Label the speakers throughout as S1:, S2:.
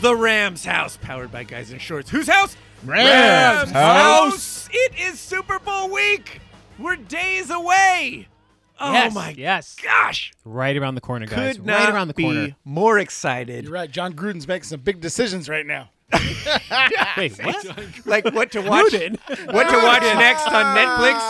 S1: the Rams house, powered by Guys in Shorts. Whose house?
S2: Rams house.
S1: It is Super Bowl week. We're days away. Oh
S3: yes,
S1: my
S3: yes.
S1: gosh!
S3: Right around the corner, guys.
S1: Could
S3: right
S1: not
S3: around the
S1: be
S3: corner.
S1: more excited.
S2: You're right. John Gruden's making some big decisions right now.
S3: Wait, what?
S1: Like what to watch? what to watch next on Netflix?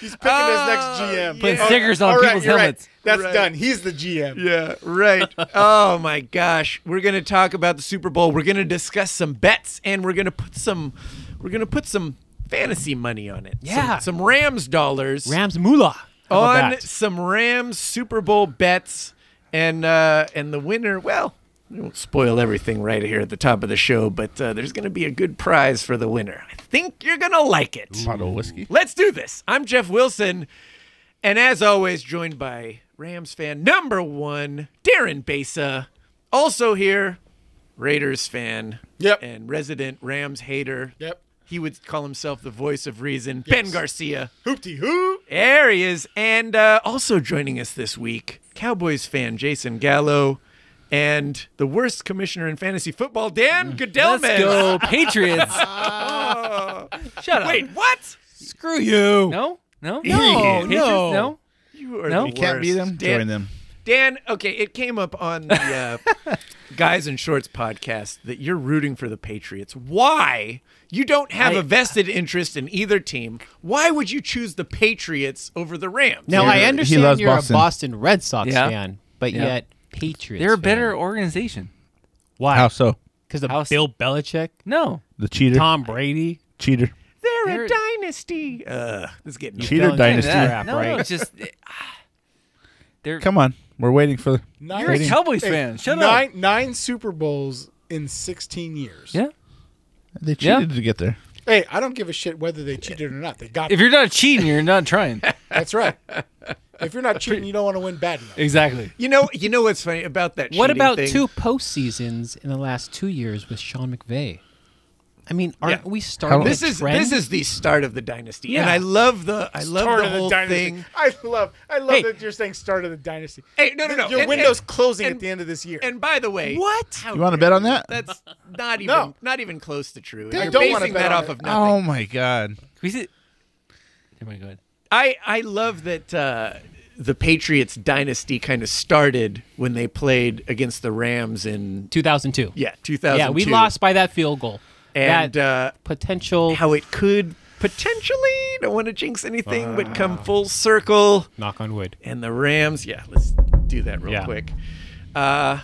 S2: He's picking his next GM.
S1: Putting
S2: Oh,
S4: stickers on
S2: all right,
S4: people's
S2: you're right.
S4: helmets.
S2: That's
S1: Uh, Right.
S2: done. He's the GM.
S1: Yeah, right. oh my gosh. We're going to talk about the Super Bowl. We're going to discuss some bets and we're going to put some we're going to put some fantasy money on it. Some-
S3: Yeah.
S1: Some, Rams dollars
S3: Rams Moolah. How about
S1: on
S3: that?
S1: some Rams Super Bowl bets and uh and the winner, well, we won't spoil everything right here at the top of the show, but uh, there's going to be a good prize for the winner. I think you're going to like it.
S5: Bottle of whiskey.
S1: Let's do this. I'm Jeff Wilson, and as always, joined by Rams fan number one, Darren Besa. Also here, Raiders fan.
S2: Yep.
S1: And resident Rams hater.
S2: Yep.
S1: He would call himself the voice of reason, Ben Garcia.
S2: Hoopty hoo.
S1: There he is. And uh, also joining us this week, Cowboys fan Jason Gallo and the worst commissioner in fantasy football, Dan Goodellman.
S4: Let's go, Patriots. Oh. Shut up.
S1: Wait, what?
S3: Screw you.
S4: No?
S3: No,
S4: No? Patriots?
S3: no.
S4: No?
S1: You are
S4: No?
S1: the
S4: You
S2: Can't be
S1: worst.
S2: them.
S1: Dan-
S5: Join them.
S1: Dan, okay, it came up on the uh, Guys in Shorts podcast that you're rooting for the Patriots. Why? You don't have a
S3: I-
S1: vested interest in either team. Why would you choose the Patriots over the Rams?
S3: Now
S5: He-
S3: I
S5: he
S3: understand
S5: loves
S3: you're
S5: Boston.
S3: a Boston Red Sox
S4: Yeah.
S3: fan, but
S4: Yeah.
S3: yet Patriots.
S4: They're a
S3: fan.
S4: better organization.
S5: How
S3: Why?
S5: so?
S3: Because of
S4: House-
S3: Bill Belichick,
S4: No.
S5: The cheater.
S3: Tom Brady.
S5: Cheater.
S1: they're,
S4: They're-
S1: a dynasty. Uh, this is getting
S5: Cheater
S3: Belichick.
S5: dynasty.
S3: Yeah. crap,
S4: no,
S3: right?
S4: no, it's just ah, they're
S5: Come on. We're waiting for the.
S4: you're a Cowboys fan. Shut
S2: nine,
S4: up.
S2: Nine Super Bowls in 16 years.
S4: Yeah.
S5: They
S4: Yeah.
S5: cheated to get there.
S2: Hey, I don't give a shit whether they cheated or not. They got
S4: If
S2: it.
S4: you're not cheating, you're not trying.
S2: That's right. if you're not cheating, you don't want to win bad enough.
S4: exactly.
S1: You know, you know what's funny about that?
S3: What
S1: cheating
S3: about
S1: thing?
S3: two postseasons in the last two years with Sean McVay? I mean, aren't
S1: Yeah.
S3: we starting?
S1: This
S3: a
S1: is
S3: trend?
S1: this is the start of the dynasty, and
S4: Yeah.
S1: I love the I love
S2: Start
S1: the
S2: of the
S1: whole
S2: dynasty.
S1: thing.
S2: I love, I love
S3: Hey.
S2: that you're saying start of the dynasty.
S1: Hey, no, no, no.
S2: Your
S1: And-
S2: window's
S1: and-
S2: closing
S1: and-
S2: at the end of this year.
S1: And by the way,
S3: What?
S1: How
S5: You wanna
S1: dare
S5: bet on
S1: you.
S5: that?
S1: That's not even
S2: No.
S1: not even close to true.
S2: I
S1: You're
S2: don't wanna
S1: basing
S2: bet
S1: that
S2: on
S1: off
S2: it.
S1: of nothing.
S5: Oh my God.
S4: Can we sit? Never mind, go ahead.
S3: Oh.
S1: I I love that uh, the Patriots dynasty kind of started when they played against the Rams in
S3: 2002.
S1: yeah 2002.
S3: Yeah, we lost by that field goal.
S1: and
S3: that
S1: uh,
S3: potential
S1: how it could potentially don't want to jinx anything, but come full circle.
S3: Ah. knock on wood.
S1: And the Rams, yeah, let's do that real
S3: Yeah.
S1: quick. Uh,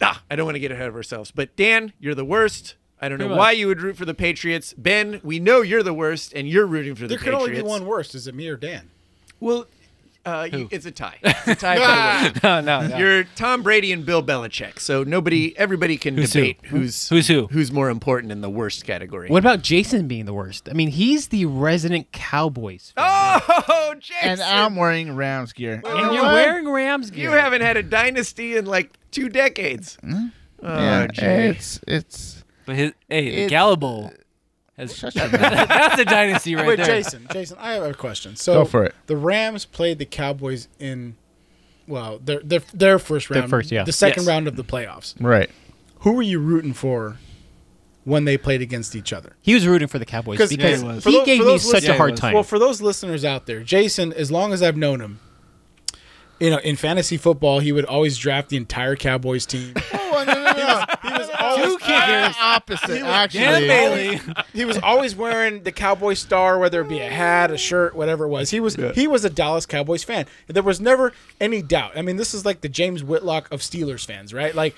S1: ah, I don't want to get ahead of ourselves, but Dan, you're the worst. I don't know
S4: much.
S1: why you would root for the Patriots. Ben, we know you're the worst, and you're rooting for the
S2: there could
S1: Patriots.
S2: only be one worst. Is it me or Dan?
S1: Well, uh, you, it's a tie. It's a tie for the
S4: No, no,
S1: win.
S4: no.
S1: You're Tom Brady and Bill Belichick, so nobody, everybody can
S4: who?
S1: debate who's
S4: Who's who?
S1: who's more important in the worst category.
S3: What about Jason being the worst? I mean, he's the resident Cowboys. fan.
S1: Oh, Jason,
S5: And I'm wearing Rams gear.
S1: Well,
S3: and you're
S1: what?
S3: wearing Rams gear.
S1: you haven't had a dynasty in like two decades. Oh,
S5: yeah,
S1: gee.
S5: it's it's
S4: But his, hey, the
S5: It's-
S4: Gallible has
S5: shut your mouth.
S4: that's a dynasty right
S2: Wait,
S4: there.
S2: Jason, Jason, I have a question. So
S5: Go for it.
S2: The Rams played the Cowboys in, well, their their, their first round,
S3: first, yeah.
S2: the second
S1: Yes.
S2: round of the playoffs.
S5: right.
S2: Who were you rooting for when they played against each other?
S3: He was rooting for the Cowboys
S2: 'Cause-
S3: because
S4: Yeah, he was.
S2: For
S3: he
S2: tho-
S3: gave
S2: for
S3: me
S2: those
S3: such
S4: listeners-
S3: a hard
S4: Yeah, he
S3: time.
S2: Well, for those listeners out there, Jason, as long as I've known him, you know, in fantasy football, he would always draft the entire Cowboys team.
S5: Oh no no no!
S2: He was always,
S5: the opposite
S4: Dan
S5: actually.
S4: Bailey.
S2: he was always wearing the Cowboy star, whether it be a hat, a shirt, whatever it was. He was he was a Dallas Cowboys fan. There was never any doubt. I mean, this is like the James Whitlock of Steelers fans, right? Like,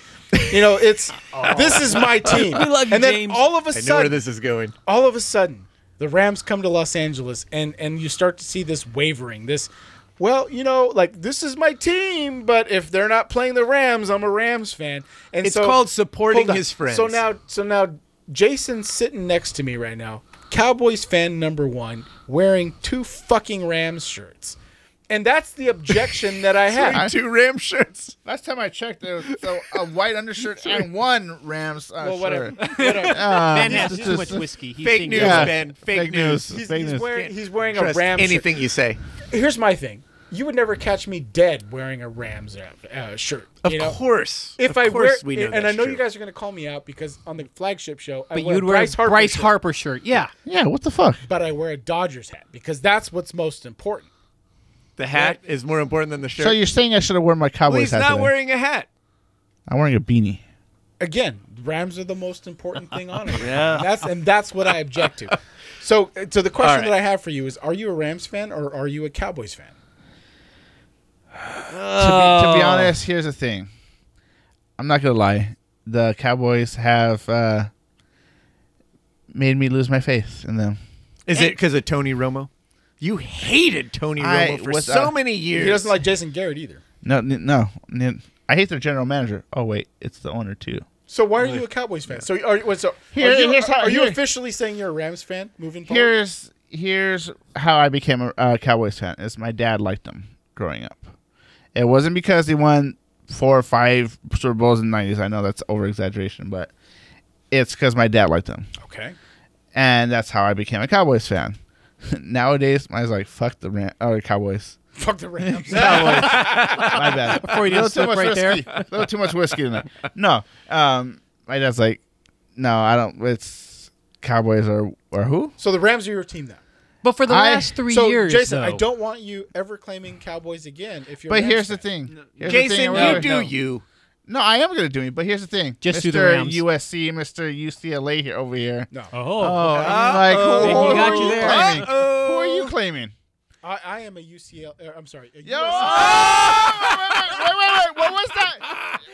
S2: you know, it's this is my team.
S4: We love you,
S2: and then
S4: James.
S2: all of a
S1: I know where
S2: sudden,
S1: this is going.
S2: all of a sudden the rams come to los angeles and and you start to see this wavering this well you know like this is my team but if they're not playing the rams i'm a rams fan and
S1: It's
S2: so-
S1: called supporting
S2: hold on.
S1: his friends.
S2: so now so now jason's sitting next to me right now cowboys fan number one wearing two fucking rams shirts and that's the objection that i have
S1: two Ram shirts.
S5: Last time I checked, there was so a white undershirt and one Rams. Uh,
S2: well whatever,
S5: Shirt.
S2: whatever.
S5: Uh,
S3: Ben
S5: it's
S3: has too
S5: just-
S3: much whiskey. He
S1: Fake
S3: thinks-
S1: news,
S5: Yeah.
S1: Ben. Fake,
S5: Fake news.
S2: He's,
S5: Fake
S2: he's
S5: news.
S2: wearing, he's wearing a
S1: Trust
S2: Rams
S1: anything you say.
S2: shirt. Here's my thing. you would never catch me dead wearing a Rams uh, uh, shirt.
S1: Of
S2: you know?
S1: course.
S2: If
S1: of
S2: I wear,
S1: course we know
S2: and I
S1: that's
S2: know
S1: true.
S2: you guys are gonna call me out because on the flagship show, I
S3: But
S2: wear
S3: you'd
S2: a
S3: wear
S2: Bryce
S3: a
S2: Harper,
S3: Bryce
S2: shirt,
S3: Harper shirt. Yeah.
S5: Yeah, what the fuck?
S2: but I wear a Dodgers hat because that's what's most important.
S1: the hat is more important than the shirt.
S5: So you're saying I should have worn my
S1: Well,
S5: Cowboys
S1: he's
S5: hat?
S1: not
S5: today.
S1: wearing a hat.
S5: I'm wearing a beanie.
S2: Again, Rams are the most important thing on it.
S4: Yeah.
S2: And that's and that's what I object to. So, uh, so the question
S1: right.
S2: that I have for you is: Are you a Rams fan or are you a Cowboys fan?
S5: to, be, to be honest, here's the thing. I'm not gonna lie. The Cowboys have uh, made me lose my faith in them.
S1: Is it because of Tony Romo? You hated Tony
S5: I
S1: Romo for
S5: was,
S1: so
S5: uh,
S1: many years.
S2: He doesn't like Jason Garrett either.
S5: No, n- no, n- I hate their general manager. Oh wait, it's the owner too.
S2: So why are you a Cowboys fan? So are, wait, so
S5: Here-
S2: are you,
S5: here's
S2: are,
S5: how-
S2: are you
S5: here-
S2: officially saying you're a Rams fan moving forward?
S5: Here's here's how I became a uh, Cowboys fan. Is my dad liked them growing up. It wasn't because they won four or five Super Bowls in the '90s. I know that's over exaggeration, but it's because my dad liked them.
S2: okay.
S5: and that's how I became a Cowboys fan. Nowadays, I was like, "Fuck the Ram- or Cowboys."
S2: Fuck the Rams.
S5: My bad.
S3: Before you did slip right there.
S5: whiskey. A little too much whiskey in there. No, um, my dad's like, "No, I don't." It's Cowboys or or who?
S2: so the Rams are your team now.
S3: But for the
S5: I-
S3: last three
S2: so
S3: years,
S2: Jason, I
S3: though-
S2: don't want you ever claiming Cowboys again. If you're, a
S5: But
S2: Rams
S5: here's the
S2: fan.
S5: thing. Here's the thing
S1: Jason,
S5: I
S1: you
S5: really-
S1: do
S5: no.
S1: you.
S5: No, I am gonna do it. But here's the thing.
S3: Just do the
S5: Mr.
S3: Rams.
S5: USC, Mr. UCLA here over here.
S2: No,
S4: Oh.
S5: Oh, I'm like,
S1: Uh-oh.
S5: who,
S4: He got
S5: who
S4: you
S5: are
S4: there.
S5: claiming?
S1: Uh-oh.
S5: Who are you claiming?
S2: I, I am a UCL. Uh, I'm sorry. A
S5: Yo!
S2: USC Ah!
S5: wait, wait, wait, wait, what was that?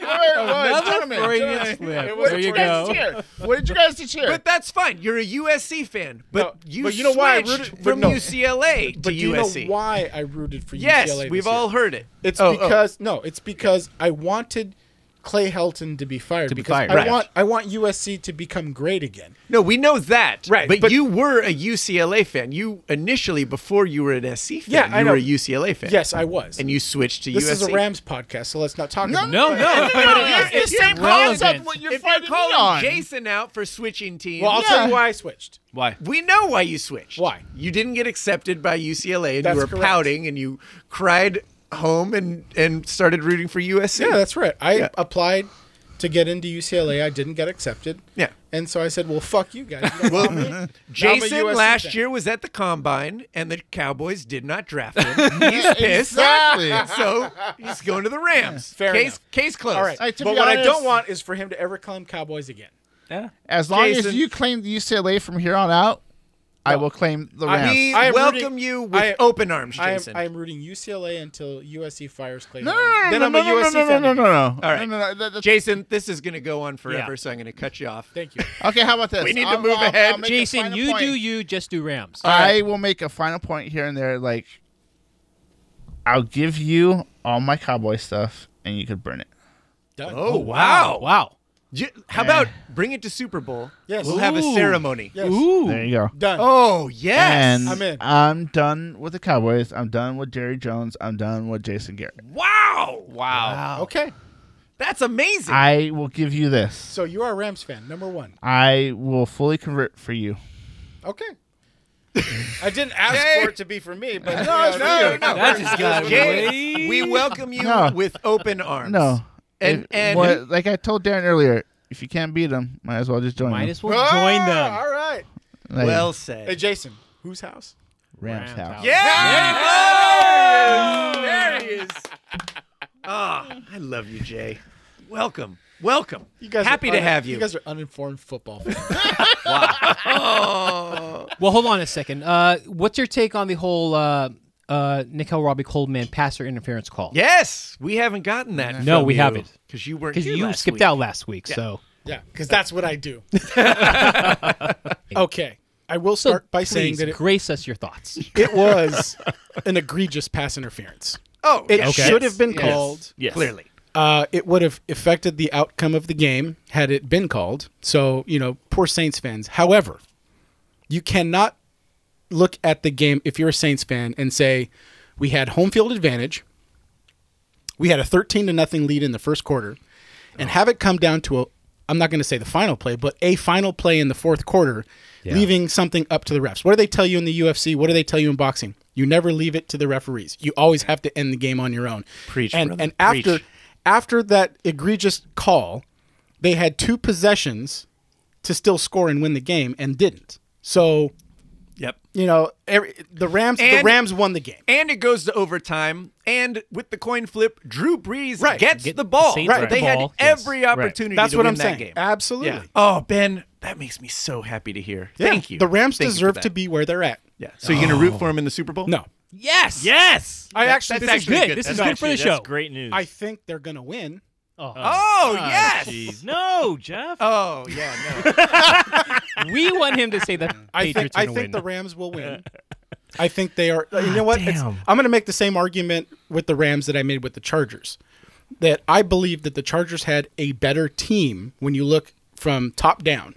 S5: Wait, wait, wait, gentlemen,
S4: Freudian
S5: gentlemen,
S4: slip.
S5: what
S4: There
S5: did
S4: you
S5: guys
S4: go.
S5: cheer? What did you guys just hear?
S1: But that's fine. You're a USC fan, but
S2: No,
S1: you
S2: but you know why I
S1: switched
S2: rooted- but
S1: from
S2: no.
S1: UCLA to
S2: But do you
S1: USC.
S2: know why I rooted for
S1: yes,
S2: UCLA? this
S1: we've
S2: year?
S1: all heard it.
S2: It's
S1: Oh, oh.
S2: because no, it's because I wanted Clay Helton to be fired
S3: To be
S2: because
S3: fired.
S2: I
S3: Right.
S2: want I want USC to become great again.
S1: No, we know that.
S2: Right,
S1: But,
S2: but-
S1: you were a UCLA fan. You initially, before you were an SC fan,
S2: Yeah,
S1: you
S2: I know.
S1: were a UCLA fan.
S2: Yes, I was.
S1: And you switched to
S2: this
S1: USC.
S2: is a Rams podcast, so let's not talk about it.
S4: No, no.
S5: but it's the same
S3: relevant.
S5: concept what you're
S1: If you're
S5: fighting me
S1: calling
S5: on.
S1: Jason out for switching teams,
S2: Well, I'll
S5: Yeah.
S2: tell you why I switched.
S4: Why?
S1: we know why you switched.
S2: Why?
S1: You didn't get accepted by UCLA, and
S2: That's
S1: you were
S2: correct.
S1: pouting, and you cried home and and started rooting for USC.
S2: Yeah, that's right. I
S1: Yeah.
S2: applied to get into UCLA. I didn't get accepted.
S1: Yeah. mm-hmm.
S2: And so I said, "Well, fuck you guys." You don't want me. I'm a
S1: Jason
S2: USC
S1: last
S2: fan.
S1: year was at the combine, and the Cowboys did not draft him. He's pissed,
S5: Exactly.
S1: so he's going to the Rams.
S2: Fair
S1: case
S2: enough.
S1: case closed.
S2: All right.
S5: Hey, to
S2: but
S5: be
S2: what I
S5: honest-
S2: don't want is for him to ever claim Cowboys again.
S4: Yeah.
S5: As long as
S1: Jason-
S5: you claim the UCLA from here on out, I will claim the
S2: I-
S5: Rams.
S1: We
S2: am
S1: welcome
S2: rooting-
S1: you with
S2: I-
S1: open arms,
S2: I am,
S1: Jason.
S2: I am rooting UCLA until USC fires Clay.
S5: no,
S2: Helton.
S5: no, no,
S2: then
S5: no,
S2: I'm
S5: no,
S2: a
S5: no,
S2: USC
S5: no, no,
S2: fan.
S5: no, no,
S2: again.
S5: no.
S1: All right.
S5: No, no, no, that- that's-
S1: Jason, this is going to go on forever, so I'm going to cut you off.
S2: Thank you.
S5: Okay, how about this?
S1: We need to
S5: I'll-
S1: move
S5: I'll- I'll
S1: ahead.
S5: make a
S3: Jason,
S5: final
S3: you
S5: point.
S3: do you, just do Rams.
S5: I will make a final point here and there. Like, I'll give you all my cowboy stuff, and you could burn it.
S2: Done.
S1: Oh, wow.
S3: Wow.
S1: You- how about bring it to Super Bowl?
S2: Yes.
S1: We'll have a
S4: Ooh.
S1: ceremony.
S2: Yes.
S5: There you go.
S2: Done.
S1: Oh, yes.
S5: And
S2: I'm in.
S5: I'm done with the Cowboys. I'm done with Jerry Jones. I'm done with Jason Garrett.
S1: wow. Wow.
S2: Okay.
S1: That's amazing.
S5: I will give you this.
S2: So you are a Rams fan, number one.
S5: I will fully convert for you.
S2: Okay. I didn't ask
S1: Yay.
S2: for it to be for me, but
S1: no, no, no.
S4: That just got
S1: Jay,
S4: way.
S1: we welcome you
S5: No.
S1: with open arms.
S5: No.
S1: And-
S5: If-
S1: and-
S5: what- like I told Darren earlier, if you can't beat them, might as well just join
S3: Might
S5: them.
S3: as
S2: Ah!
S3: well join them.
S2: All right.
S5: Like,
S1: Well
S2: Hey,
S1: said.
S2: Jason, whose house?
S5: Rams house.
S1: Yeah. Oh, There he is. Ah, I love you, Jay. Welcome. Welcome.
S2: You guys are
S1: Happy to
S2: un-
S1: have you.
S2: You guys are uninformed football fans.
S3: Well, hold on a second. Uh, what's your take on the whole uh, uh, Nickel Robbie Coleman passer interference call?
S1: yes, we haven't gotten that.
S3: No, we haven't.
S1: Because you weren't.
S3: Because
S1: Because
S3: you
S1: last
S3: skipped
S1: week.
S3: out last week, so
S2: yeah, because that's what I do. okay. I will
S3: so
S2: start by
S3: please
S2: saying that it,
S3: grace us your thoughts.
S2: it was an egregious pass interference.
S1: Oh,
S2: It
S1: yes.
S2: should have been
S1: Yes.
S2: called.
S1: Yes. Clearly.
S2: Uh, it would have affected the outcome of the game had it been called. So, you know, poor Saints fans. However, you cannot look at the game if you're a Saints fan and say, we had home field advantage. We had a 13 to nothing lead in the first quarter and have it come down to a, I'm not going to say the final play, but a final play in the fourth quarter, leaving something up to the refs. What do they tell you in the UFC? What do they tell you in boxing? You never leave it to the referees. You always have to end the game on your own.
S1: Preach,
S2: and
S1: brother.
S2: and after
S1: Preach.
S2: after that egregious call, they had two possessions to still score and win the game and didn't. So
S1: Yep.
S2: you know every, the Rams the
S1: And-
S2: Rams won the game.
S1: And it goes to overtime. And with the coin flip, Drew Brees
S2: Right.
S1: gets
S3: Get-
S1: the ball.
S3: Saints
S2: Right.
S1: Right.
S2: get
S1: They
S3: the
S1: had
S3: ball.
S1: every
S3: Yes.
S1: opportunity
S2: That's
S1: to
S2: what
S1: win
S2: I'm
S1: that
S2: saying.
S1: game.
S2: Absolutely.
S1: Yeah. Oh, Ben, that makes me so happy to hear.
S2: Yeah.
S1: Thank you.
S2: The Rams
S1: Thank you for
S2: deserve to
S1: that.
S2: be where they're at.
S1: Yeah. So you're gonna
S3: Oh.
S1: root for him in the Super Bowl?
S2: No.
S3: Yes.
S1: Yes.
S2: I
S1: that's
S2: actually this
S1: actually
S2: is good.
S1: good.
S3: This
S1: That's
S3: is good for the show.
S6: Great news.
S2: I think they're going to win.
S1: Oh yes.
S6: Jeez. No, Jeff.
S1: Oh yeah. No.
S3: We want him to say that
S2: I think
S3: Patriots
S2: I
S3: are
S2: think
S3: going
S2: the
S3: to win.
S2: Rams will win. I think they are. You know what? It's- I'm going to make the same argument with the Rams that I made with the Chargers. That I believe that the Chargers had a better team when you look from top down.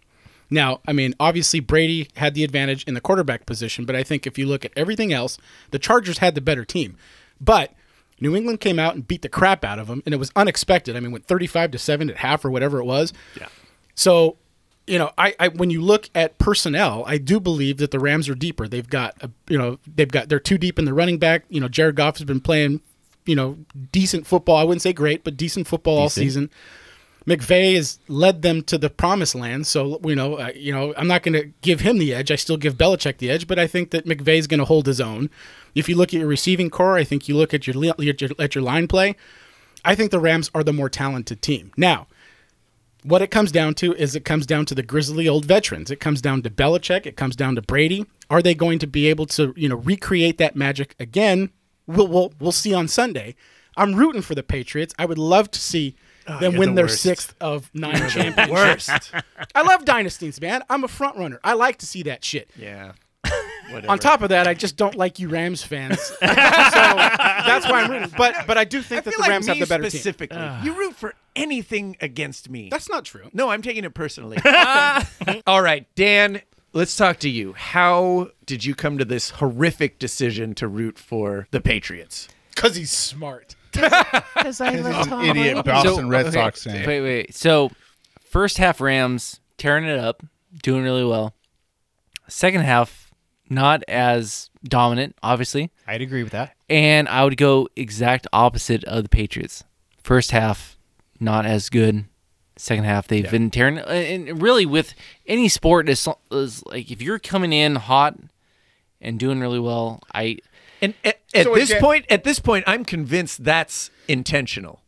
S2: Now, I mean, obviously Brady had the advantage in the quarterback position, but I think if you look at everything else, the Chargers had the better team. But New England came out and beat the crap out of them, and it was unexpected. I mean, went 35 to seven at half or whatever it was. Yeah. So, you know, I, I when you look at personnel, I do believe that the Rams are deeper. They've got a, you know they've got they're too deep in the running back. You know, Jared Goff has been playing, you know, decent football. I wouldn't say great, but decent football all season. McVay has led them to the promised land, so you know, uh, you know, I'm not going to give him the edge. I still give Belichick the edge, but I think that McVay's going to hold his own. If you look at your receiving core, I think you look at your, li- at your at your line play. I think the Rams are the more talented team. Now, what it comes down to is it comes down to the grizzly old veterans. It comes down to Belichick. It comes down to Brady. Are they going to be able to, you know, recreate that magic again? We'll we'll, we'll see on Sunday. I'm rooting for the Patriots. I would love to see them
S1: Ah, you're
S2: win
S1: the
S2: their
S1: worst.
S2: sixth of nine championships.
S1: Worst.
S2: I love dynasties, man. I'm a front runner. I like to see that shit.
S1: Yeah.
S2: On top of that, I just don't like you Rams fans. so that's why I'm rooting. But but I do
S1: I
S2: think that
S1: feel
S2: the
S1: like
S2: Rams
S1: me
S2: have the better team.
S1: specifically. You root for anything against me.
S2: That's not true.
S1: no, I'm taking it personally. All right, Dan, let's talk to you. How did you come to this horrific decision to root for the Patriots?
S2: Because he's smart.
S5: Idiot Boston Red
S4: okay,
S5: Sox fan.
S4: Wait, wait. So, first half Rams tearing it up, doing really well. Second half, not as dominant, obviously.
S3: I'd agree with that.
S4: And I would go exact opposite of the Patriots. First half, not as good. Second half, they've been tearing. uh, And really, with any sport, is like if you're coming in hot and doing really well, I
S1: And at, at
S2: So
S1: this
S2: again-
S1: point, at this point, I'm convinced that's intentional,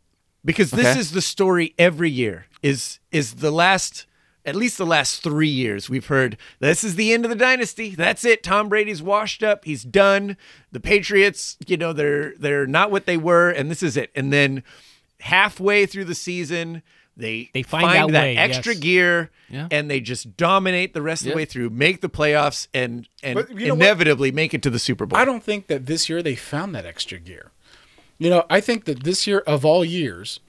S1: because this
S4: Okay.
S1: is the story every year. Is is the last, at least the last three years, we've heard this is the end of the dynasty. That's it. Tom Brady's washed up. He's done. The Patriots, you know, they're they're not what they were, and this is it. And then halfway through the season. They,
S3: They find that way,
S1: extra
S3: yes.
S1: gear
S4: Yeah.
S1: and they just dominate the rest of
S4: Yeah.
S1: the way through, make the playoffs, and and
S2: But you know what?
S1: inevitably make it to the Super Bowl.
S2: I don't think that this year they found that extra gear. You know, I think that this year of all years,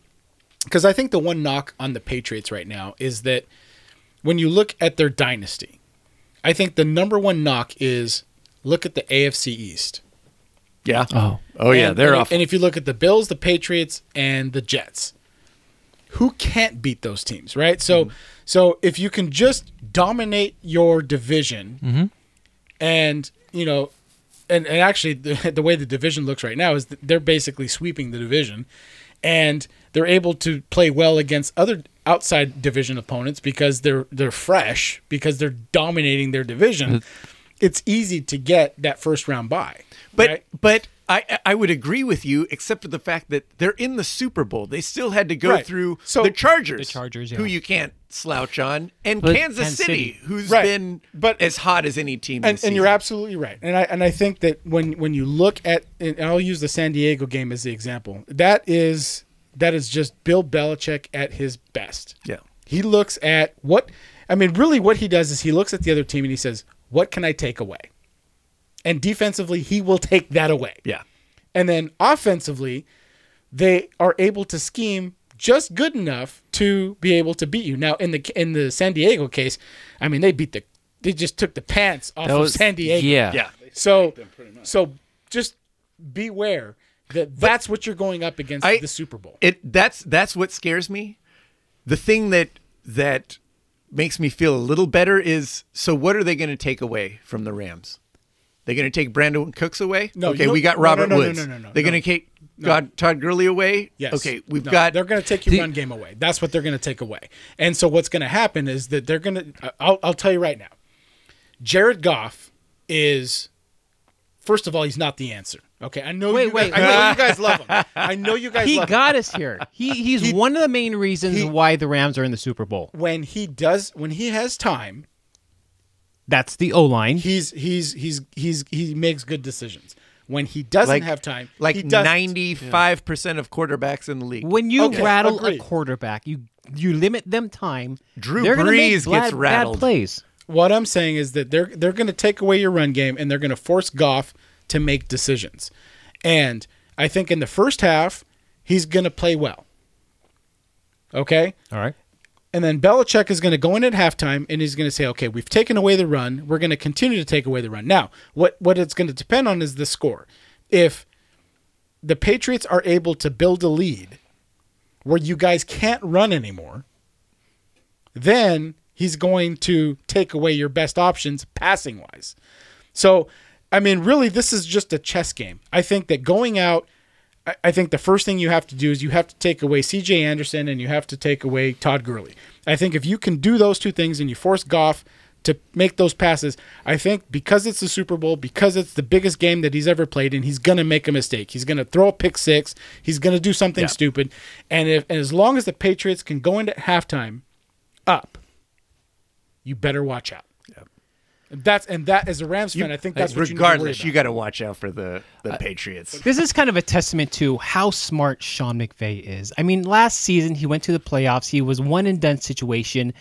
S2: because I think the one knock on the Patriots right now is that when you look at their dynasty, I think the number one knock is look at the AFC East.
S1: Yeah. Oh. Oh yeah,
S2: And-
S1: they're
S2: and,
S1: off.
S2: And if you look at the Bills, the Patriots, and the Jets, who can't beat those teams, right? So,
S1: Mm-hmm.
S2: so if you can just dominate your division,
S1: Mm-hmm.
S2: and you know, and and actually the, the way the division looks right now is that they're basically sweeping the division, and they're able to play well against other outside division opponents because they're they're fresh because they're dominating their division. It's easy to get that first round bye,
S1: Mm-hmm. but
S2: right?
S1: but I I would agree with you except for the fact that they're in the Super Bowl. They still had to go
S2: Right.
S1: through
S2: So-
S1: the Chargers,
S3: The Chargers, yeah.
S1: who you can't slouch on, and
S4: But-
S1: Kansas
S4: Kansas
S1: City,
S4: City.
S1: who's
S2: Right.
S1: been
S2: But-
S1: as hot as any team.
S2: and,
S1: this
S2: and you're
S1: season.
S2: absolutely right. And I and I think that when when you look at and I'll use the San Diego game as the example. That is that is just Bill Belichick at his best.
S1: Yeah.
S2: He looks at what I mean really what he does is he looks at the other team and he says, "What can I take away?" And defensively, he will take that away.
S1: yeah.
S2: And then offensively, they are able to scheme just good enough to be able to beat you. Now in the in the San Diego case, I mean they beat the they just took the pants off
S4: that
S2: of
S4: was
S2: San Diego.
S4: Yeah,
S1: Yeah.
S2: So so just beware that that's what you're going up against
S1: I-
S2: the Super Bowl.
S1: It that's that's what scares me. The thing that that makes me feel a little better is so what are they going to take away from the Rams? They're going to take Brandon Cooks away.
S2: No, you
S1: okay,
S2: don't-
S1: we got
S2: no, no,
S1: Robert
S2: no, no,
S1: Woods.
S2: no, no, no,
S1: They're
S2: no.
S1: going to take God, Todd Gurley away.
S2: Yes.
S1: Okay, we've
S2: No,
S1: got.
S2: They're going to take your run game away. That's what they're going to take away. And so what's going to happen is that they're going to. I'll, I'll tell you right now. Jared Goff is. First of all, he's not the answer. Okay, I know.
S3: Wait,
S2: you
S3: wait.
S2: Guys, I know you guys love him. I know you guys.
S3: He
S2: love him.
S3: got us here. He he's one of the main reasons
S2: he-
S3: why the Rams are in the Super Bowl.
S2: when he does when he has time.
S3: That's the O line.
S2: He's he's he's he's he makes good decisions. When he doesn't
S1: Like-
S2: have time, he
S1: like
S2: doesn't.
S1: ninety-five percent of quarterbacks in the league.
S3: When you
S2: Okay,
S3: rattle
S2: agreed.
S3: a quarterback, you you limit them time.
S1: Drew
S3: They're gonna make
S1: Brees
S3: bad-
S1: gets rattled.
S3: Bad plays.
S2: What I'm saying is that they're they're going to take away your run game and they're going to force Goff to make decisions. And I think in the first half, he's going to play well. Okay?
S3: All right.
S2: And then Belichick is going to go in at halftime and he's going to say, okay, we've taken away the run. We're going to continue to take away the run. Now, what, what it's going to depend on is the score. If the Patriots are able to build a lead where you guys can't run anymore, then he's going to take away your best options passing wise. So, I mean, really, this is just a chess game. I think that going out, I- I think the first thing you have to do is you have to take away CJ Anderson and you have to take away Todd Gurley. I think if you can do those two things and you force Goff to make those passes, I think because it's the Super Bowl, because it's the biggest game that he's ever played, and he's going to make a mistake. He's going to throw a pick six. He's going to do something stupid. And, if, and as long as the Patriots can go into halftime up, you better watch out. And That's and that as a Rams fan, I think that's what
S1: regardless, you,
S2: You,
S1: got
S2: need to worry about.
S1: to watch out for the the Patriots.
S3: This is kind of a testament to how smart Sean McVay is. I mean, last season he went to the playoffs. He was one and done situation.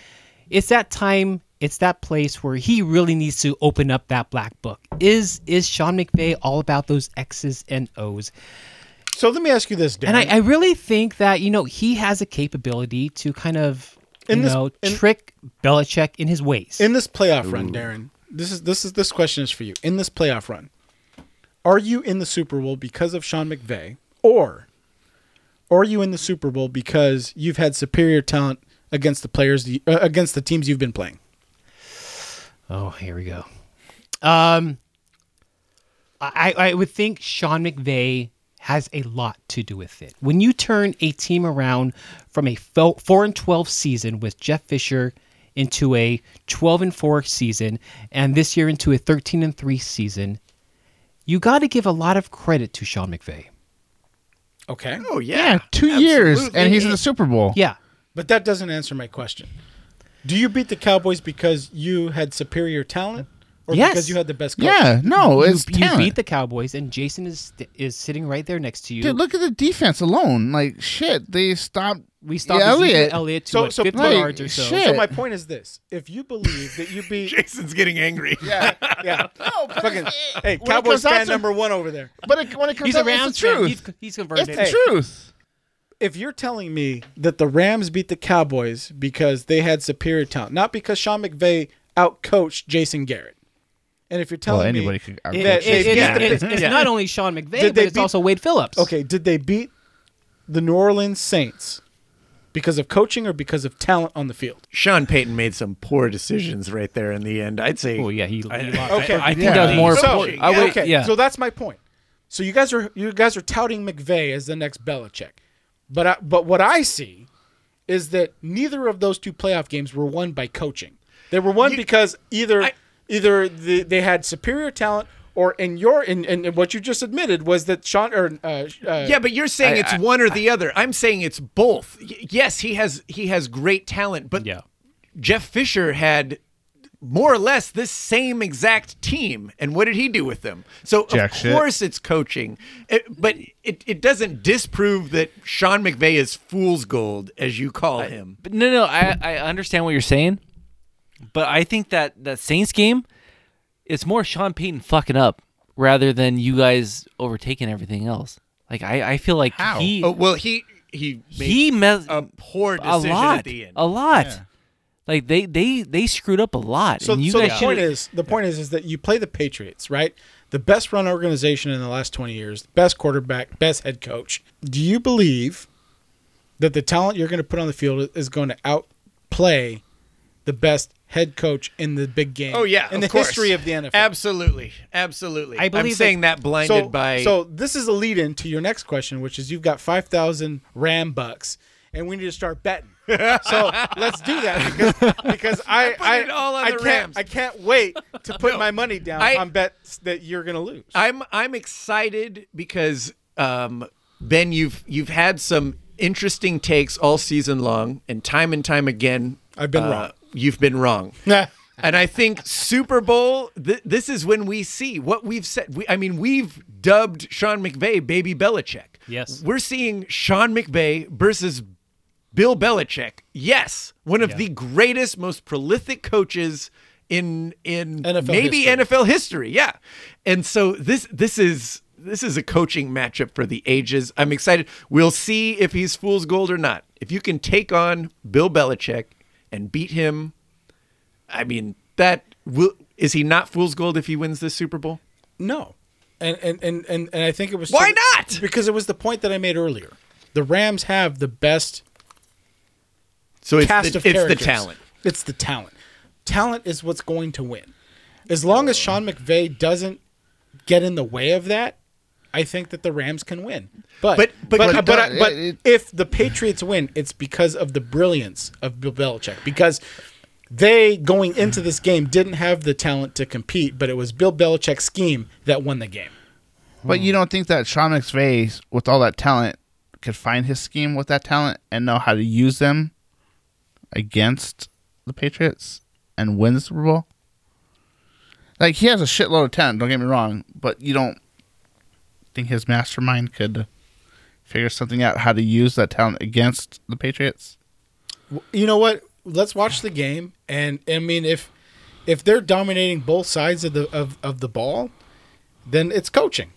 S3: It's that time. It's that place where he really needs to open up that black book. Is is Sean McVay all about those X's and O's?
S2: So let me ask you this, Dan.
S3: And I, I really think that you know he has a capability to kind of you
S2: In this-
S3: know
S2: in-
S3: trick Belichick in his ways.
S2: in this playoff run, Darren, this is this is this question is for you. In this playoff run, are you in the Super Bowl because of Sean McVay, or are you in the Super Bowl because you've had superior talent against the players the- uh, against the teams you've been playing?
S3: Oh, here we go. Um, I, I would think Sean McVay has a lot to do with it. When you turn a team around from a fo- four and twelve season with Jeff Fisher into a twelve and four season, and this year into a thirteen and three season, you got to give a lot of credit to Sean McVay.
S2: Okay,
S1: Oh yeah,
S5: Yeah, two years, and he's in the Super Bowl.
S3: Yeah,
S2: but that doesn't answer my question. Do you beat the Cowboys because you had superior talent, or
S3: Yes.
S2: because you had the best? Coach?
S5: Yeah, no,
S3: you,
S5: it's
S3: you
S5: talent.
S3: beat the Cowboys, and Jason is is sitting right there next to you.
S5: Dude, look at the defense alone. Like shit, they stopped.
S3: we stopped
S5: Yeah,
S3: Elliot.
S5: Elliott.
S3: Elliott to
S2: So-
S3: what,
S2: so
S3: 50
S5: like,
S3: yards or so.
S5: shit.
S2: So my point is this: if you believe that you beat,
S1: Jason's getting angry.
S2: yeah, yeah, Oh, fucking, hey,
S5: when Oh, it comes
S2: Cowboys
S5: down
S2: fan
S5: to-
S2: number one over there.
S5: But it, when it comes
S3: He's
S5: out,
S3: a Rams
S5: it's the
S3: fan.
S5: truth.
S3: He's, he's converted.
S5: it's the
S2: Hey.
S5: truth.
S2: If you're telling me that the Rams beat the Cowboys because they had superior talent, not because Sean McVay outcoached Jason Garrett, and if you're telling
S5: Well, anybody
S2: me,
S5: could.
S3: It-
S2: that
S3: it-
S2: they
S3: it-
S2: beat
S3: it's-
S2: the-
S3: it's- it's
S1: Yeah.
S3: not only Sean McVay,
S2: Did
S3: but
S2: they
S3: it's
S2: beat-
S3: also Wade Phillips.
S2: okay, did they beat the New Orleans Saints because of coaching or because of talent on the field?
S1: Sean Payton made some poor decisions right there in the end. I'd say.
S3: Oh yeah, he. he lost.
S2: Okay,
S4: I think that was more
S2: So,
S4: important. I would-
S2: okay,
S4: yeah.
S2: so that's my point. So you guys are you guys are touting McVay as the next Belichick, but I, but what I see is that neither of those two playoff games were won by coaching. They were won because either
S1: I-
S2: either the, they had superior talent. Or in your in, in what you just admitted was that Sean or uh, uh,
S1: Yeah, but you're saying it's one or the other. I'm saying it's both. Y- yes, he has he has great talent, but
S3: Yeah.
S1: Jeff Fisher had more or less this same exact team, and what did he do with them? So
S5: Jack
S1: of
S5: shit.
S1: course it's coaching, It- but it, it doesn't disprove that Sean McVay is fool's gold, as you call him.
S4: But no, no, I, I understand what you're saying, but I think that that Saints game, it's more Sean Payton fucking up rather than you guys overtaking everything else. Like I, I feel like
S5: How?
S4: he
S1: Oh, well, he he made
S4: he messed
S1: a poor
S4: a
S1: decision
S4: lot,
S1: at the end.
S4: a lot. Like they they they screwed up a lot.
S2: So,
S4: and you
S2: so the
S4: guys
S2: point
S4: should've-
S2: is, the point is, is that you play the Patriots, right? The best run organization in the last twenty years, best quarterback, best head coach. Do you believe that the talent you're going to put on the field is going to outplay the best head coach in the big game.
S1: Oh yeah,
S2: in
S1: of
S2: the
S1: course.
S2: history of the NFL.
S1: Absolutely, absolutely.
S3: I believe
S1: am saying that blinded
S2: so,
S1: by.
S2: so this is a lead in to your next question, which is you've got five thousand Ram bucks, and we need to start betting. so let's do that because because I
S1: putting
S2: I,
S1: it all on
S2: I
S1: the
S2: can't
S1: Rams.
S2: I can't wait to put my money down
S1: I-
S2: on bets that you're gonna lose.
S1: I'm I'm excited because um, Ben, you've you've had some interesting takes all season long, and time and time again, Uh,
S2: I've been wrong.
S1: You've been wrong.
S2: That's
S1: and I think Super Bowl. Th- this is when we see what we've said. We, I mean, we've dubbed Sean McVay "Baby Belichick."
S3: Yes.
S1: we're seeing Sean McVay versus Bill Belichick. Yes, one of the greatest, most prolific coaches in in
S2: NFL
S1: maybe
S2: history.
S1: NFL history. Yeah, and so this this is. This is a coaching matchup for the ages. I'm excited. We'll see if he's fool's gold or not. If you can take on Bill Belichick and beat him I mean, that will is he not fool's gold if he wins this Super Bowl?
S2: No. And and, and, and and I think it was
S1: Why not?
S2: Because it was the point that I made earlier. The Rams have the best
S1: So it's
S2: cast
S1: the,
S2: of
S1: it's the
S2: characters.
S1: talent.
S2: It's the talent. Talent is what's going to win. As long as Sean McVay doesn't get in the way of that, I think that the Rams can win. But
S1: But-
S2: but
S1: but-
S2: but,
S1: but-
S2: but, but,
S5: it- it-
S2: if the Patriots win, it's because of the brilliance of Bill Belichick. Because they going into this game didn't have the talent to compete, but it was Bill Belichick's scheme that won the game.
S5: But you don't think that Sean McVay, with all that talent, could find his scheme with that talent and know how to use them against the Patriots and win the Super Bowl? Like he has a shitload of talent. Don't get me wrong, but you don't think his mastermind could figure something out how to use that talent against the Patriots?
S2: you know what? Let's watch the game, and I mean, if if they're dominating both sides of the of, of the ball, then it's coaching.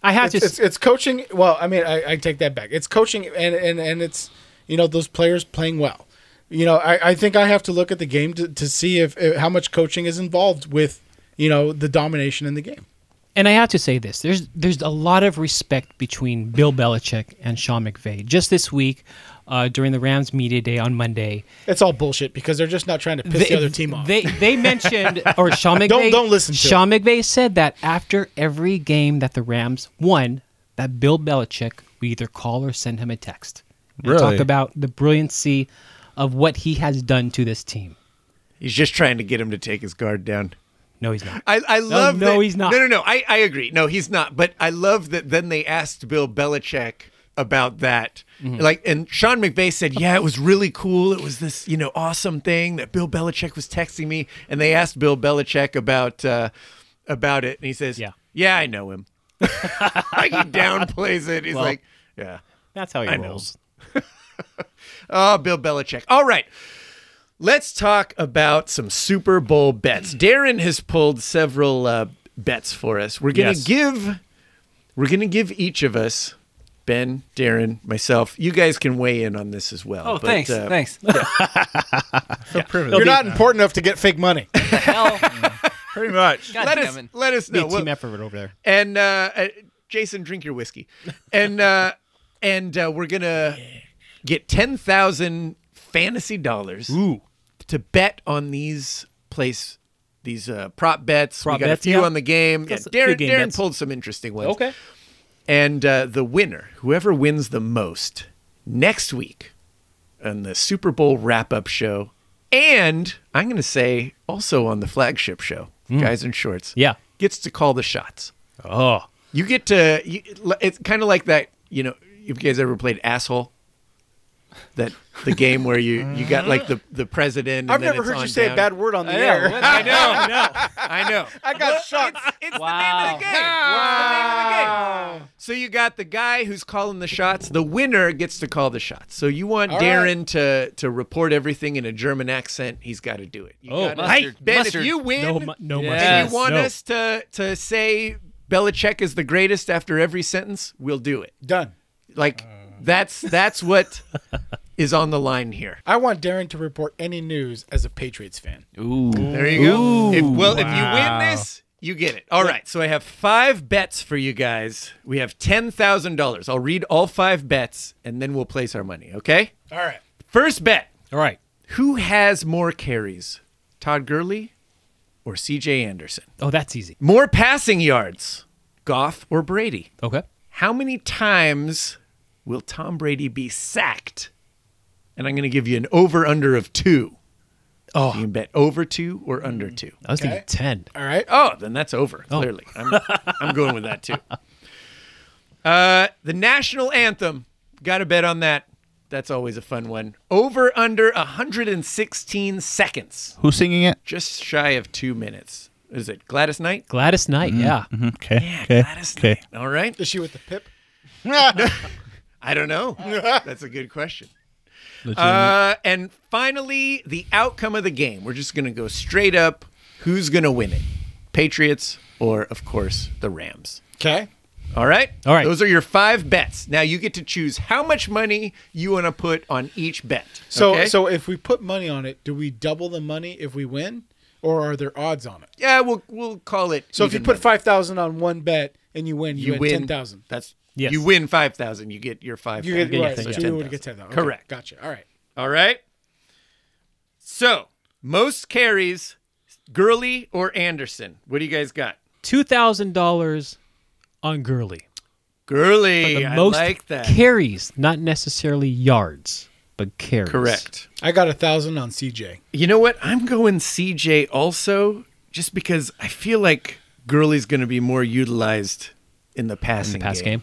S3: I have
S2: It's,
S3: to.
S2: it's, it's coaching. Well, I mean, I, I take that back. It's coaching, and and and it's you know those players playing well. You know, I, I think I have to look at the game to, to see if, if how much coaching is involved with you know the domination in the game.
S3: and I have to say this: there's there's a lot of respect between Bill Belichick and Sean McVay. Just this week, uh, during the Rams media day on Monday,
S2: It's all bullshit because they're just not trying to piss the other team off.
S3: They they mentioned or Sean McVay.
S2: don't listen to
S3: Sean McVay said that after every game that the Rams won, that Bill Belichick would either call or send him a text. and Talk
S5: Really?
S3: about the brilliancy of what he has done to this team.
S1: He's just trying to get him to take his guard down.
S3: No, he's not.
S1: I, I love
S3: no,
S1: that-
S3: he's not.
S1: No, no, no. I, I agree. No, he's not. But I love that then they asked Bill Belichick about that.
S3: Mm-hmm.
S1: Like and Sean McVay said, Yeah, it was really cool. It was this, you know, awesome thing that Bill Belichick was texting me. And they asked Bill Belichick about uh about it. And he says,
S3: Yeah.
S1: Yeah, I know him. like he downplays it. He's like, Yeah.
S3: That's how he
S1: I know.
S3: rolls.
S1: Oh, Bill Belichick. All right. Let's talk about some Super Bowl bets. Darren has pulled several uh, bets for us. We're gonna
S3: Yes.
S1: give we're gonna give each of us, Ben, Darren, myself, you guys can weigh in on this as well.
S4: Oh,
S1: but,
S4: thanks,
S1: uh,
S4: thanks.
S2: You're not important enough to get fake money.
S4: Hell,
S5: Pretty much.
S4: God
S1: Let
S4: damn
S1: us
S4: it.
S1: let us
S3: Big
S1: know. We'll-
S3: team effort over there.
S1: and uh, uh, Jason, drink your whiskey, and uh, and uh, we're gonna get ten thousand fantasy dollars to bet on these place these uh, prop bets.
S3: Prop
S1: we got
S3: bets,
S1: a few
S3: yeah.
S1: on the game. Yeah,
S3: That's a
S1: Darren,
S3: good game
S1: Darren
S3: bets.
S1: pulled some interesting ones.
S3: Okay.
S1: and uh, the winner, whoever wins the most next week on the Super Bowl wrap up show, and I'm gonna say also on the flagship show,
S3: Hmm.
S1: guys in shorts,
S3: Yeah.
S1: gets to call the shots.
S3: Oh.
S1: You get to. You, it's kind of like that. You know, if you guys ever played asshole, that the game where you you got like the the president. And
S2: I've
S1: then
S2: never
S1: it's
S2: heard you
S1: on
S2: say
S1: down.
S2: a bad word on the
S4: Yeah,
S2: air.
S4: what- I know.
S1: I know.
S2: I got shocked.
S1: It's the name of the game. It's the name of the game. So you got the guy who's calling the shots. The winner gets to call the shots. So you want
S2: All
S1: Darren to to report everything in a German accent. He's got to do it. You
S3: Oh,
S1: gotta-
S4: mustard,
S1: Ben,
S4: mustard.
S1: if you win,
S3: No mu- no
S4: Yeah.
S3: mustard.
S1: and
S4: Yes.
S1: you want
S3: No.
S1: us to to say Belichick is the greatest after every sentence, we'll do it.
S2: Done.
S1: Like that's that's what is on the line here.
S2: I want Darren to report any news as a Patriots fan.
S4: Ooh.
S1: There you go.
S4: Ooh.
S1: If- well, if you win
S5: Wow.
S1: this, you get it. All right. So I have five bets for you guys. We have ten thousand dollars. I'll read all five bets and then we'll place our money. Okay.
S2: All right.
S1: First bet:
S3: All right.
S1: Who has more carries, Todd Gurley or C.J. Anderson?
S3: Oh, that's easy.
S1: More passing yards, Goff or Brady?
S3: Okay.
S1: How many times will Tom Brady be sacked? And I'm going to give you an over under of two.
S3: Oh.
S1: You can bet over two or under two.
S3: I was thinking
S2: Okay.
S3: 10.
S2: All right.
S1: Oh, then that's over, clearly. I'm, I'm going with that too. Uh, the national anthem. Got to bet on that. That's always a fun one. Over under 116 seconds,
S5: Who's singing it?
S1: just shy of two minutes. Is it Gladys Knight?
S3: Gladys Knight,
S1: Mm-hmm.
S3: yeah.
S5: Okay.
S1: Yeah,
S5: okay.
S1: Gladys
S5: Okay.
S1: Knight. All right.
S2: Is she with the pip?
S1: I don't know. That's a good question. Uh, and finally, the outcome of the game. We're just going to go straight up. Who's going to win it? Patriots or, of course, the Rams?
S2: Okay.
S1: All right.
S3: All right.
S1: Those are your five bets. Now you get to choose how much money you want to put on each bet.
S2: So
S1: okay?
S2: so if we put money on it, do we double the money if we win, or are there odds on it?
S1: yeah, we'll we'll call it.
S2: So if you
S1: even
S2: put
S1: money.
S2: five thousand on one bet and you win, you, win ten thousand.
S1: That's
S3: Yes.
S1: you win five thousand. You get your five.
S2: You get,
S3: your
S2: right,
S3: thing,
S2: so
S3: yeah.
S2: you would get ten thousand.
S1: Correct.
S2: Gotcha. All right.
S1: All right. So most carries, Gurley or Anderson. What do you guys got?
S3: $2,000 on Gurley.
S1: Gurley.
S3: The
S1: I
S3: most
S1: like that.
S3: carries, not necessarily yards, but carries.
S1: Correct.
S2: I got a thousand on CJ.
S1: You know what? I'm going CJ also, just because I feel like Gurley's going to be more utilized in the passing
S3: Pass game.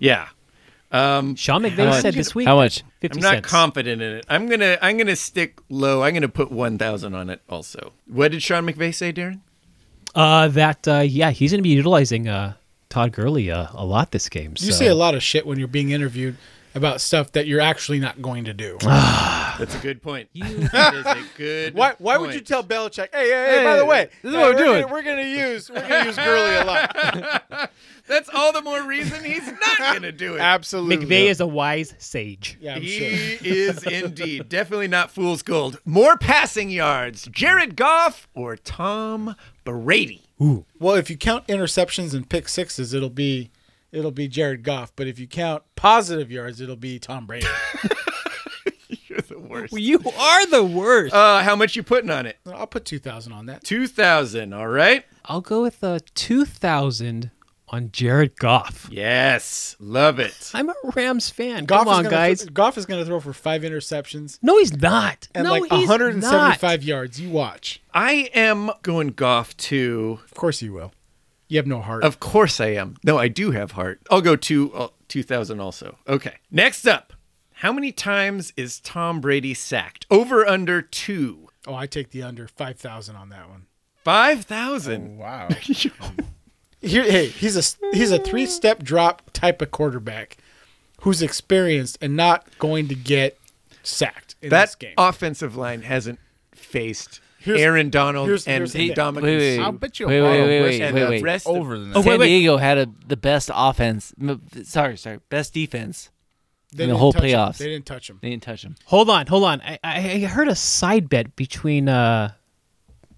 S1: Yeah. Um,
S3: Sean McVay said this week.
S4: How much?
S3: 50
S1: I'm not
S3: cents.
S1: confident in it. I'm gonna I'm gonna stick low. I'm gonna put one thousand on it also. What did Sean McVay say, Darren?
S3: Uh, that uh, yeah, he's going to be utilizing uh, Todd Gurley uh, a lot this game.
S2: You
S3: so-
S2: say a lot of shit when you're being interviewed about stuff that you're actually not going to do.
S1: That's a good point. that is a good
S2: Why, why would
S1: point.
S2: you tell Belichick? Hey, hey, hey, by the way,
S3: this is what we're
S2: uh, gonna-
S3: doing."
S2: we're gonna use we're gonna use Gurley a lot.
S1: That's all the more reason he's not gonna do it.
S2: Absolutely,
S3: McVay is a wise sage.
S2: Yeah, I'm
S1: He
S2: sure.
S1: is indeed definitely not fool's gold. More passing yards, Jared Goff or Tom Brady?
S2: Well, if you count interceptions and pick sixes, it'll be it'll be Jared Goff. But if you count positive yards, it'll be Tom Brady.
S1: You're the worst.
S3: You are the worst.
S1: Uh, how much you putting on it?
S2: I'll put two thousand on that.
S1: Two thousand. All right.
S3: I'll go with uh, two thousand on Jared Goff.
S1: Yes, love it.
S3: I'm a Rams fan.
S2: Goff
S3: Come
S2: is
S3: on,
S2: gonna
S3: guys.
S2: throw- Goff is going to throw for five interceptions
S3: no, he's not.
S2: and
S3: no,
S2: like
S3: he's
S2: 175
S3: not.
S2: yards. You watch.
S1: I am going Goff too.
S2: Of course you will. You have no heart.
S3: Oh.
S1: Of course I am. No, I do have heart. I'll go to uh, 2000 also. Okay. Next up, how many times is Tom Brady sacked? Over under 2.
S2: oh, I take the under five thousand on that one. Oh, Um,
S1: 5000.
S5: Wow.
S2: Here, hey, he's a he's a three step drop type of quarterback who's experienced and not going to get sacked in this
S1: That
S2: game.
S1: offensive line hasn't faced
S2: Here's-
S1: Aaron Donald
S2: here's-
S1: and
S2: here's the thing.
S1: Dominic
S4: Wait, wait,
S5: I'll bet you a
S4: Wait, wait,
S5: bottle
S4: wait,
S5: worse
S4: wait,
S5: than
S1: wait,
S5: that
S1: wait.
S5: rest
S1: of-
S5: over than
S3: Oh,
S5: that.
S3: wait,
S4: San
S3: wait.
S4: Diego had a, the best offense. m- Sorry, sorry, best defense.
S2: They
S4: in the
S2: didn't
S4: whole
S2: touch him.
S4: playoffs.
S2: They didn't touch him.
S4: They didn't touch him.
S3: Hold on, hold on. I, I, I heard a side bet between uh,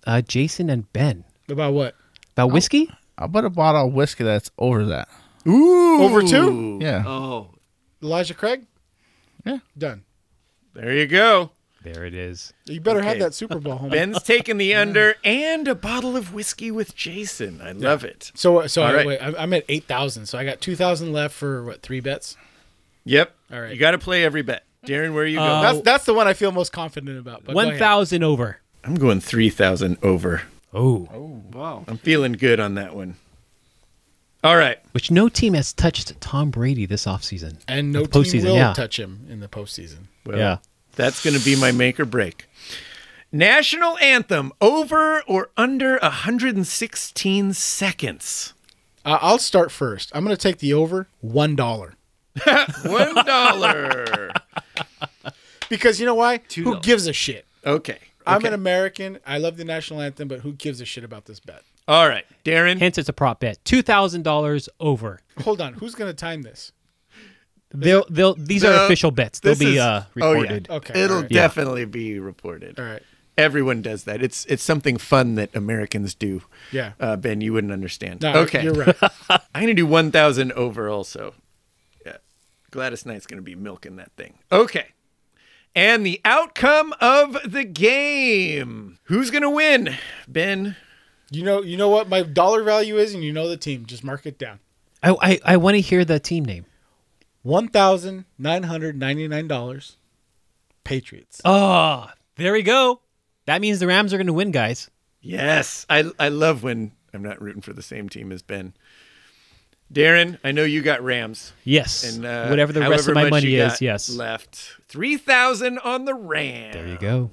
S3: uh, Jason and Ben
S2: About what?
S3: about whiskey.
S5: I'll bet a bottle of whiskey that's over that.
S2: Over two?
S5: Yeah.
S1: Oh,
S2: Elijah Craig?
S5: Yeah.
S2: Done.
S1: there you go.
S3: There it is.
S2: You better have
S1: Okay.
S2: that Super Bowl home.
S1: Ben's taking the under and a bottle of whiskey with Jason. I love it.
S2: So, uh, so
S1: All
S2: I,
S1: right.
S2: wait, I'm I'm at 8,000. So I got 2,000 left for what, three bets?
S1: Yep.
S2: All right.
S1: You got to play every bet. Darren, where are you going?
S3: Uh,
S2: That's that's the one I feel most confident about. But
S3: One thousand over.
S1: I'm going 3,000 over.
S3: Oh.
S1: I'm feeling good on that one. All right.
S3: which no team has touched Tom Brady this offseason.
S2: And no
S3: The
S2: team
S3: postseason,
S2: will
S3: yeah.
S2: touch him in the postseason.
S1: Well, That's going to be my make or break. National anthem over or under 116 seconds.
S2: Uh, I'll start first. I'm going to take the over $1.
S1: One dollar.
S2: Because you know why? Who
S1: dollars.
S2: gives a shit?
S1: okay.
S2: I'm
S1: Okay.
S2: an American. I love the national anthem, but who gives a shit about this bet?
S1: All right, Darren.
S3: Hence, it's a prop bet. Two thousand dollars over.
S2: Hold on. Who's going to time this?
S3: They'll they'll these
S1: No,
S3: are official bets. They'll
S1: this
S3: be
S1: is-
S3: uh,
S1: oh, yeah.
S3: recorded.
S2: Okay,
S1: It'll
S2: all right.
S1: definitely be reported.
S2: All right.
S1: Everyone does that. It's it's something fun that Americans do.
S2: Yeah.
S1: Uh, ben, you wouldn't understand.
S2: No,
S1: okay.
S2: You're right.
S1: I'm gonna do 1,000 over also. Yeah, Gladys Knight's gonna be milking that thing. Okay, and the outcome of the game. Who's going to win? Ben,
S2: You know, you know what my dollar value is, and you know the team. Just mark it down.
S3: I I, I want to hear the team name.
S2: One thousand nine hundred ninety nine dollars. Patriots.
S3: Oh, there we go. That means the Rams are going to win, guys.
S1: Yes, I I love when I'm not rooting for the same team as Ben. Darren, I know you got Rams
S3: Yes.
S1: and uh,
S3: Whatever the rest
S1: however
S3: of my
S1: much
S3: money
S1: you
S3: is,
S1: got
S3: yes.
S1: left three thousand on the Rams.
S3: There you go.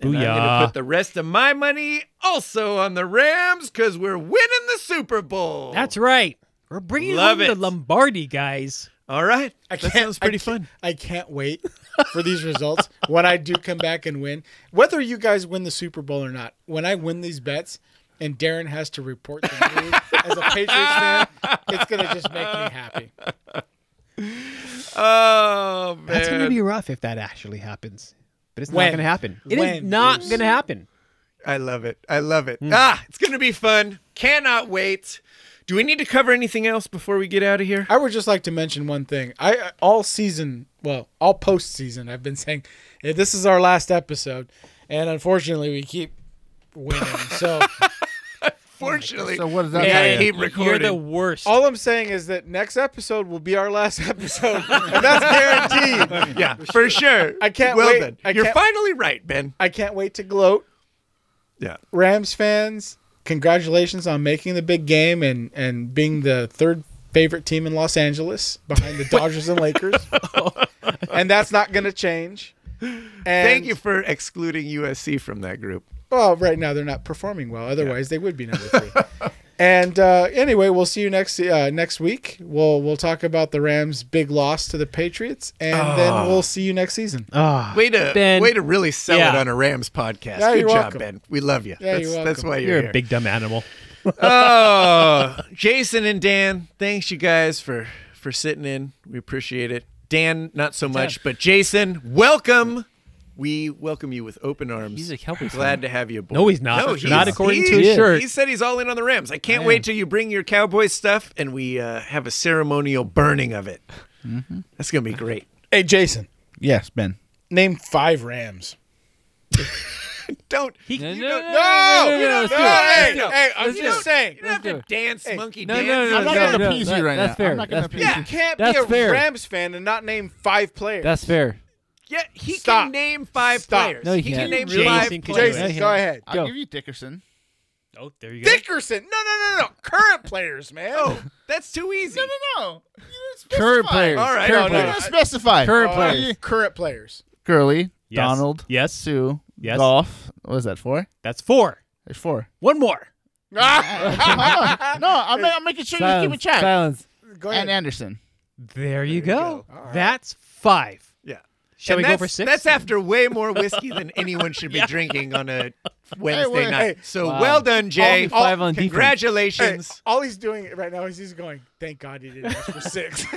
S1: And I'm gonna
S3: Booyah.
S1: put the rest of my money also on the Rams because we're winning the Super Bowl.
S3: That's right. We're bringing
S1: Love
S3: home the
S1: it.
S3: Lombardi guys.
S1: all right.
S2: I
S1: that
S2: can't-
S1: sounds pretty
S2: I can't-
S1: fun.
S2: I can't wait for these results when I do come back and win. Whether you guys win the Super Bowl or not, when I win these bets and Darren has to report to me as a Patriots fan, it's gonna just make me happy.
S1: Oh man,
S3: That's going to be rough if that actually happens. But it's
S2: When?
S3: not going to happen. It is
S2: When,
S3: not
S2: Bruce?
S3: going to happen.
S1: I love it. I love it.
S2: Hmm.
S1: Ah, it's gonna be fun. Cannot wait. Do we need to cover anything else before we get out of here?
S2: I would just like to mention one thing. I all season, well, all postseason, I've been saying eh, this is our last episode, and unfortunately, we keep winning. So
S1: Fortunately,
S5: So what does that
S1: Yeah,
S5: tell
S1: I
S5: you?
S1: hate
S3: You're
S1: recording.
S3: the worst.
S2: all I'm saying is that next episode will be our last episode, and that's guaranteed.
S1: yeah, for sure.
S2: I can't
S1: well
S2: wait.
S1: Then.
S2: I
S1: You're
S2: can't-
S1: finally right, Ben.
S2: I can't wait to gloat.
S1: Yeah.
S2: Rams fans, congratulations on making the big game and and being the third favorite team in Los Angeles behind the Dodgers and Lakers. and that's not going to change. And,
S1: Thank you for excluding USC from that group.
S2: Well, right now they're not performing well. Otherwise, they would be number three. and uh, anyway, we'll see you next uh, next week. We'll we'll talk about the Rams' big loss to the Patriots, and then we'll see you next season.
S4: Uh,
S3: Ah,
S1: Way to
S3: Ben.
S1: way to really sell it
S3: Yeah.
S1: on a Rams podcast.
S2: Yeah,
S1: Good
S2: you're
S1: job,
S2: welcome.
S1: Ben. We love you.
S2: Yeah,
S1: that's,
S2: you're
S1: that's
S2: welcome.
S1: why you're,
S3: you're
S1: here.
S3: a big dumb animal.
S1: oh, Jason and Dan, thanks you guys for for sitting in. We appreciate it. Dan, not so much, but Jason, welcome. We welcome you with open arms.
S4: He's a Cowboys
S1: Glad
S4: fan.
S1: to have you aboard.
S3: No, he's not. Not according to
S1: he-
S3: his shirt.
S1: He said he's all in on the Rams. I can't wait till you bring your Cowboys stuff and we uh, have a ceremonial burning of it.
S2: Mm-hmm.
S1: That's gonna be great.
S2: Hey, Jason,
S5: Yes, Ben.
S2: name five Rams.
S1: Don't he,
S4: No,
S1: you
S4: no,
S1: don't,
S4: no, no, no,
S1: you
S4: no,
S1: don't-
S4: let's do it.
S1: hey, hey,
S2: Hey, I'm
S4: Let's do
S2: just
S4: it.
S2: saying.
S1: you don't have to
S4: Let's
S1: dance, monkey
S4: No, no,
S1: dance.
S4: no,
S5: I'm not
S4: no,
S5: gonna
S4: no,
S5: appease
S4: that-
S5: you right
S4: that's
S5: now.
S4: fair.
S5: I'm not gonna
S4: That's
S5: appease
S4: fair.
S5: you.
S2: You can't
S4: That's
S2: be a
S4: fair.
S2: Rams fan and not name five players.
S4: That's fair.
S1: Yeah, he
S2: Stop.
S1: can name five
S2: Stop.
S1: players.
S4: No, he
S1: can
S4: can't.
S1: name
S3: Jason
S1: five
S3: can
S1: players.
S2: Jason,
S4: Right.
S2: go ahead.
S5: I'll
S4: Go.
S5: give you Dickerson.
S3: Oh, there you go.
S2: Dickerson. No, no, no, no. Current players, man.
S1: Oh, that's too easy.
S5: No, no, no. You didn't specify. Oh,
S4: Current players.
S1: All right, no,
S4: Current
S1: no,
S5: You
S4: players.
S5: didn't specify.
S4: Current
S5: Oh,
S4: players.
S5: you-
S2: Uh, Current players.
S5: Gurley,
S3: Yes.
S5: Donald,
S3: Yes.
S5: Sue,
S3: Yes.
S5: Golf. What is that for?
S3: That's four.
S5: There's four.
S3: One more.
S5: no, I'm, I'm making sure you keep a
S4: Silence.
S5: check.
S4: Silence.
S2: Go ahead.
S5: And Anderson.
S3: There you go. That's five.
S1: Yeah.
S3: Shall
S1: And
S3: we go
S1: that's-
S3: for six?
S1: That's after way more whiskey than anyone should be drinking on a Wednesday
S5: wait,
S1: night.
S2: hey.
S1: so
S4: Wow.
S1: well done, Jay.
S4: Only five on defense.
S2: Hey,
S1: congratulations.
S2: all he's doing right now is he's going, thank God he didn't ask for six. he's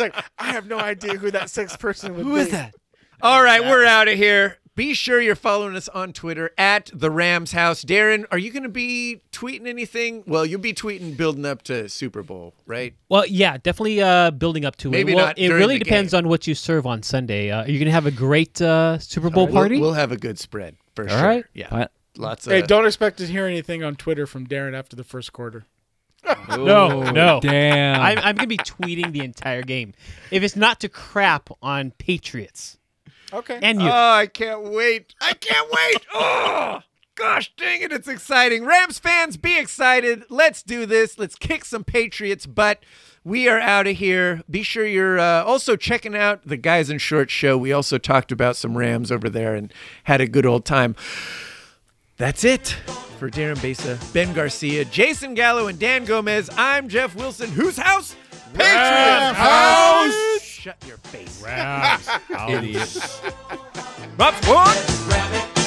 S2: like, I have no idea who that sixth person would
S4: Who
S2: be.
S4: is that?
S1: All right, we're out of here. Be sure you're following us on Twitter at the Rams House. Darren, are you going to be tweeting anything? Well, you'll be tweeting building up to Super Bowl, right?
S3: Well, yeah, definitely uh, building up to
S1: Maybe
S3: it. Well,
S1: not
S3: it
S1: during
S3: really
S1: the
S3: depends
S1: game.
S3: on what you serve on Sunday. Uh, are you going to have a great uh, Super Bowl party?
S1: We'll, we'll have a good spread for
S4: All
S1: sure.
S4: right.
S1: Yeah.
S4: Fine.
S1: Lots of
S2: Hey, don't expect to hear anything on Twitter from Darren after the first quarter.
S3: No,
S4: Oh,
S3: no.
S4: Damn.
S3: I'm, I'm going to be tweeting the entire game. If it's not to crap on Patriots
S2: Okay.
S3: and you.
S1: Oh, I can't wait. I can't wait. Oh, gosh dang it. It's exciting. Rams fans, be excited. Let's do this. Let's kick some Patriots butt. We are out of here. Be sure you're uh, also checking out the Guys in Shorts show. We also talked about some Rams over there and had a good old time. That's it for Darren Besa, Ben Garcia, Jason Gallo, and Dan Gomez. I'm Jeff Wilson. Whose house? Patriots house. Shut your face,
S3: Rams.
S1: idiots. But what?
S6: rabbit,